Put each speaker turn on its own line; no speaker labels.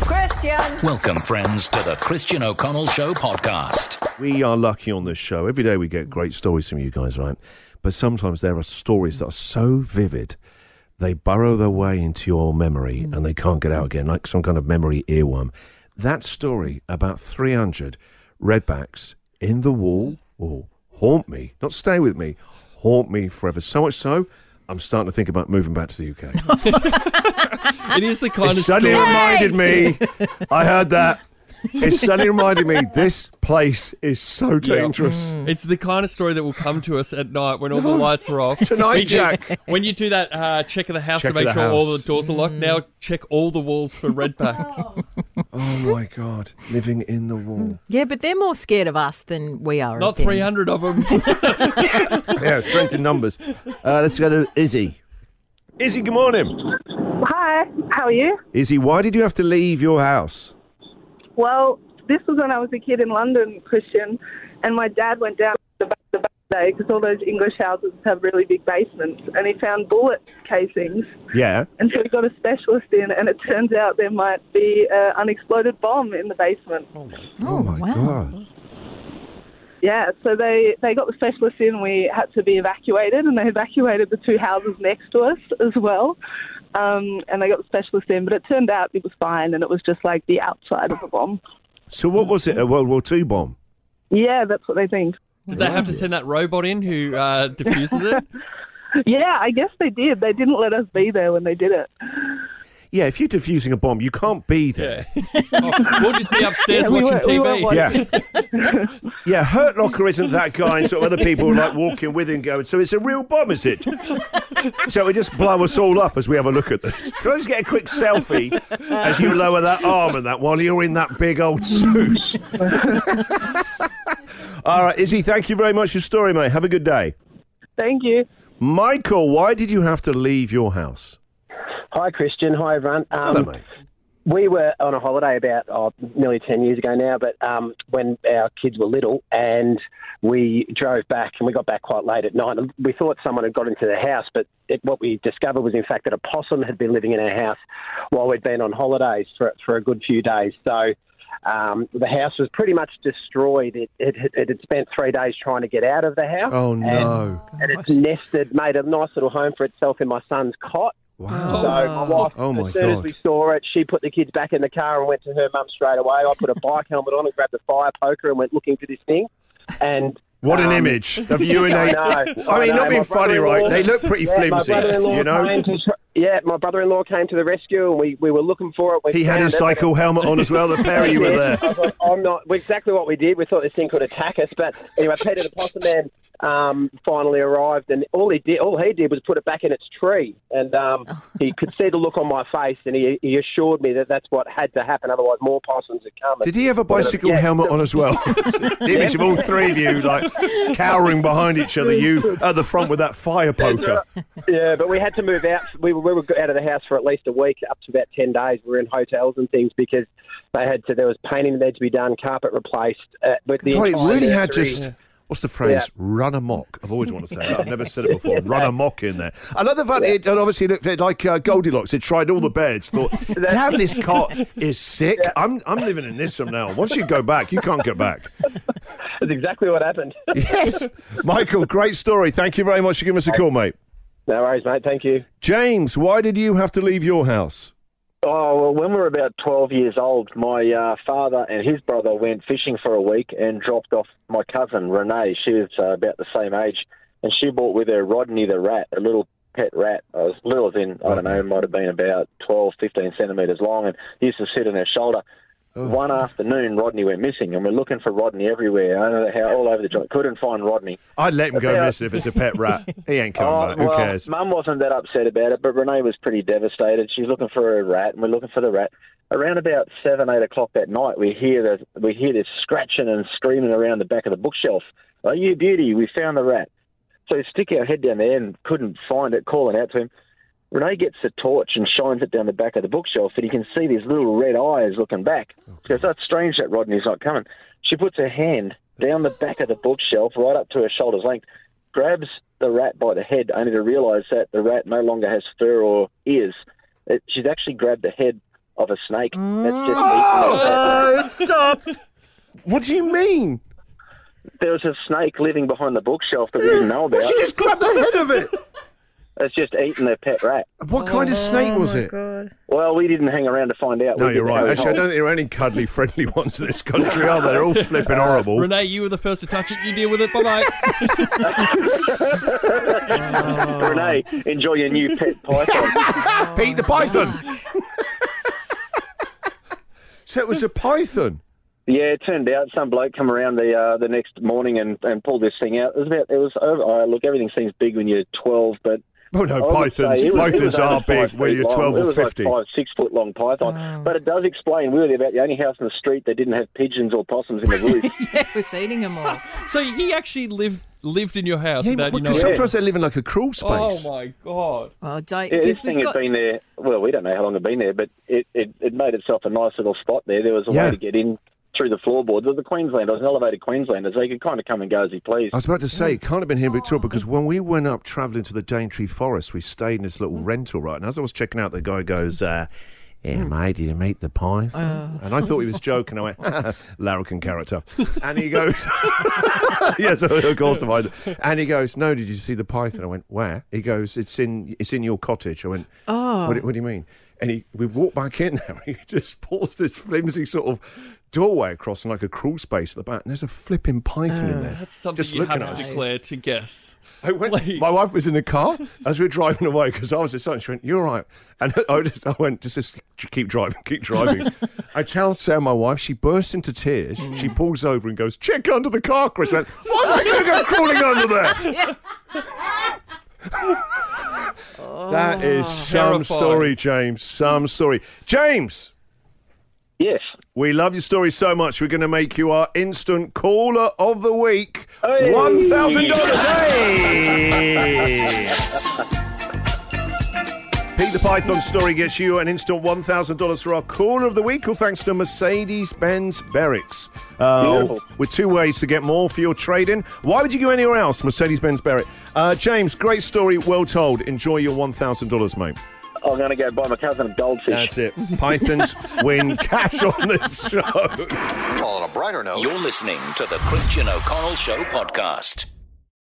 Christian.
Welcome, friends, to the Christian O'Connell Show podcast.
We are lucky on this show. Every day we get great stories from you guys, right? But sometimes there are stories that are so vivid, they burrow their way into your memory and they can't get out again, like some kind of memory earworm. That story about 300 redbacks in the wall will haunt me, not stay with me, haunt me forever. So much so, I'm starting to think about moving back to the UK.
It is the kind
it
of
suddenly
story.
reminded me, I heard that. It suddenly reminded me, this place is so dangerous.
It's the kind of story that will come to us at night when all the lights are off.
Tonight,
We do-
Jack.
when you do that uh, check of the house
Check
to make
of
sure
the
all the
house.
doors are locked,
Mm.
now check all the walls for redbacks.
Oh my God, living in the wall.
Yeah, but they're more scared of us than we are.
Not
of them.
300 of them.
Yeah, strength in numbers. Uh, let's go to Izzy. Izzy, good morning.
Hi, how are you?
Izzy, why did you have to leave your house?
Well, this was when I was a kid in London, Christian, and my dad went down to the back of the back because all those English houses have really big basements, and he found bullet casings,
Yeah.
and so he got a specialist in, and it turns out there might be an unexploded bomb in the basement.
Oh, wow.
God.
Yeah, so they, they got the specialist in. We had to be evacuated, and they evacuated the two houses next to us as well. Um, and they got the specialist in, but it turned out it was fine, and it was just like the outside of the bomb.
So what was it? A World War II bomb?
Yeah, that's what they think.
Did they have to send that robot in who uh, diffuses it?
Yeah, I guess they did. They didn't let us be there when they did it.
Yeah, if you're defusing a bomb, you can't be there.
Oh, we'll just be upstairs
Yeah, we
watching
were- we
TV.
were
Yeah. Yeah. Hurt Locker isn't that guy, and so other people are like walking with him going, so it's a real bomb, is it? so we just blow us all up as we have a look at this. Can I just get a quick selfie as you lower that arm and that while you're in that big old suit? all right, Izzy, thank you very much for your story, mate. Have a good day.
Thank you.
Michael, why did you have to leave your house?
Hi, Christian. Hi, everyone. Um,
Hello, mate.
We were on a holiday about oh, nearly 10 years ago now, but um, when our kids were little and we drove back and we got back quite late at night. And we thought someone had got into the house, but it, what we discovered was, in fact, that a possum had been living in our house while we'd been on holidays for, for a good few days. So um, the house was pretty much destroyed. It, it, it had spent three days trying to get out of the house.
Oh,
and-
no.
And it's nested, made a nice little home for itself in my son's cot. So
Wow.
my wife,
Oh, my
as soon
God.
as we saw it, she put the kids back in the car and went to her mum straight away. I put a bike helmet on and grabbed a fire poker and went looking for this thing. And
What an
um,
image of you and
I
Nate.
know.
I mean,
know.
not being
My
funny, right?
brother-in-law-
They look pretty
yeah, my
flimsy,
brother-in-law
you know?
came to tr- yeah, my brother-in-law came to the rescue, and we, we were looking for it. We
He had
found
his
it.
cycle helmet on as well. The pair of you were
Yeah,
there.
I was like, I'm not well, exactly what we did. We thought this thing could attack us, but anyway, Peter the Possum Man um, finally arrived, and all he did, all he did, was put it back in its tree, and um, he could see the look on my face, and he, he assured me that that's what had to happen, otherwise more possums would come.
Did he have a bicycle
Yeah.
helmet on as well? the image of all three of you, like cowering behind each other, you at the front with that fire poker.
Yeah, but we had to move out. We were, we were out of the house for at least a week, up to about ten days. We were in hotels and things because they had to. There was painting that had to be done, carpet replaced. Uh, but the
God, it
entire
really had
nursery-
just. What's the phrase? Run amok. I've always wanted to say that. I've never said it before. Run amok in there. I love the fact that it and obviously looked at it like uh, Goldilocks. It tried all the beds. Thought, damn, this cot is sick. I'm, I'm living in this from now on. Once you go back, you can't go back.
That's exactly what happened.
Yes. Michael, great story. Thank you very much for giving us a call, mate.
no worries, mate. Thank you.
James, why did you have to leave your house?
Oh, well, when we were about 12 years old, my uh, father and his brother went fishing for a week and dropped off my cousin, Renee. She was uh, about the same age, and she brought with her Rodney the rat, a little pet rat. I was little as in, I don't know, might have been about 12, 15 centimetres long, and he used to sit on her shoulder. One afternoon, Rodney went missing, and we're looking for Rodney everywhere. I don't know how, all over the joint. Couldn't find Rodney.
I'd let him go
Yeah.
missing if it's a pet rat. He ain't coming back. Who
well,
cares?
Mum wasn't that upset about it, but Renee was pretty devastated. She's looking for her rat, and we're looking for the rat. Around about seven, eight o'clock that night, we hear the we hear this scratching and screaming around the back of the bookshelf. Oh, you beauty! We found the rat. So we stick our head down there and couldn't find it, calling out to him. Renee gets the torch and shines it down the back of the bookshelf, and you can see these little red eyes looking back. She goes, That's strange that Rodney's not coming. She puts her hand down the back of the bookshelf, right up to her shoulder's length, grabs the rat by the head, only to realise that the rat no longer has fur or ears. It, she's actually grabbed the head of a snake. That's just
Oh!
me.
Stop.
What do you mean?
There was a snake living behind the bookshelf that we didn't know about.
She just grabbed the head of it.
It's just eating their pet rat.
What kind of snake was it?
Well, we didn't hang around to find out.
No,
We
you're
didn't
right.
know
Actually, I
how-
don't think there are any cuddly, friendly ones in this country, are there? They're all flipping horrible.
Renee, you were the first to touch it. You deal with it. Bye bye.
Renee, enjoy your new pet python.
Pete
Oh,
the Python. so it was a python.
yeah, it turned out some bloke come around the uh, the next morning and, and pulled this thing out. It was about it was over. Oh, look, everything seems big when you're 12, but
Oh no,
I would
pythons!
say it was- it
pythons
was
are
over five
big. Whether
feet
you're
long.
twelve
it
or
was like
fifty.
five, six foot long python. But it does explain really about the only house in the street that didn't have pigeons or possums in the roof.
yeah, we're eating them all.
so he actually lived lived in your house
Yeah,
without you
because
knowing.
some-
sometimes they live in like a crawl space.
Oh my god.
Well, don't.
Yeah,
Because
this thing
we've
had
got.
been there. Well, we don't know how long it'd been there, but it, it, it made itself a nice little spot there. There was a
Yeah.
way to get in through the floorboards. Of the Queenslanders, elevated Queenslanders, they could kind of come and go as he pleased.
I was about to say, it can't have been here in Victoria because when we went up travelling to the Daintree Forest, we stayed in this little rental, right? And as I was checking out, the guy goes, uh,
Hmm.
Yeah, mate, did you meet the
Oh.
python? And I thought he was joking. I went, larrikin character. And he goes, Yes, of course, the python. And he goes, No, did you see the python? I went, Where? He goes, It's in it's in your cottage. I went, Oh. What, do- what do you mean? And he, we walked back in there and he just pulls this flimsy sort of doorway across and like a crawl space at the back. And there's a flipping python in there.
Oh, That's something
just
you
looking
have
at
to
us.
declare to guests.
I went,
Like-
my wife was in the car as we were driving away because I was just She went, "You're right," and I just, I went, just, just keep driving, keep driving. I challenged Sarah, my wife. She bursts into tears. She
Mm.
pulls over and goes, "Check under the car, Chris." I went, Why am I going to go crawling under there?
Yes.
That is some
Oh. Terrifying.
story, James. Some story, James.
Yes.
We love your story so much. We're going to make you our instant caller of the week.
Hey.
One thousand dollars. Hey. Pete the Python story gets you an instant one thousand dollars for our caller of the week, all thanks to Mercedes-Benz Bericks. Uh,
Beautiful.
with two ways to get more for your trade-in. Why would you go anywhere else? Mercedes-Benz Berwick. Uh, James, great story, well told. Enjoy your one thousand dollars, mate.
I'm going to go buy my cousin a goldfish.
That's it. Pythons win cash on this show.
On a brighter note,
You're listening to the Christian O'Connell Show podcast.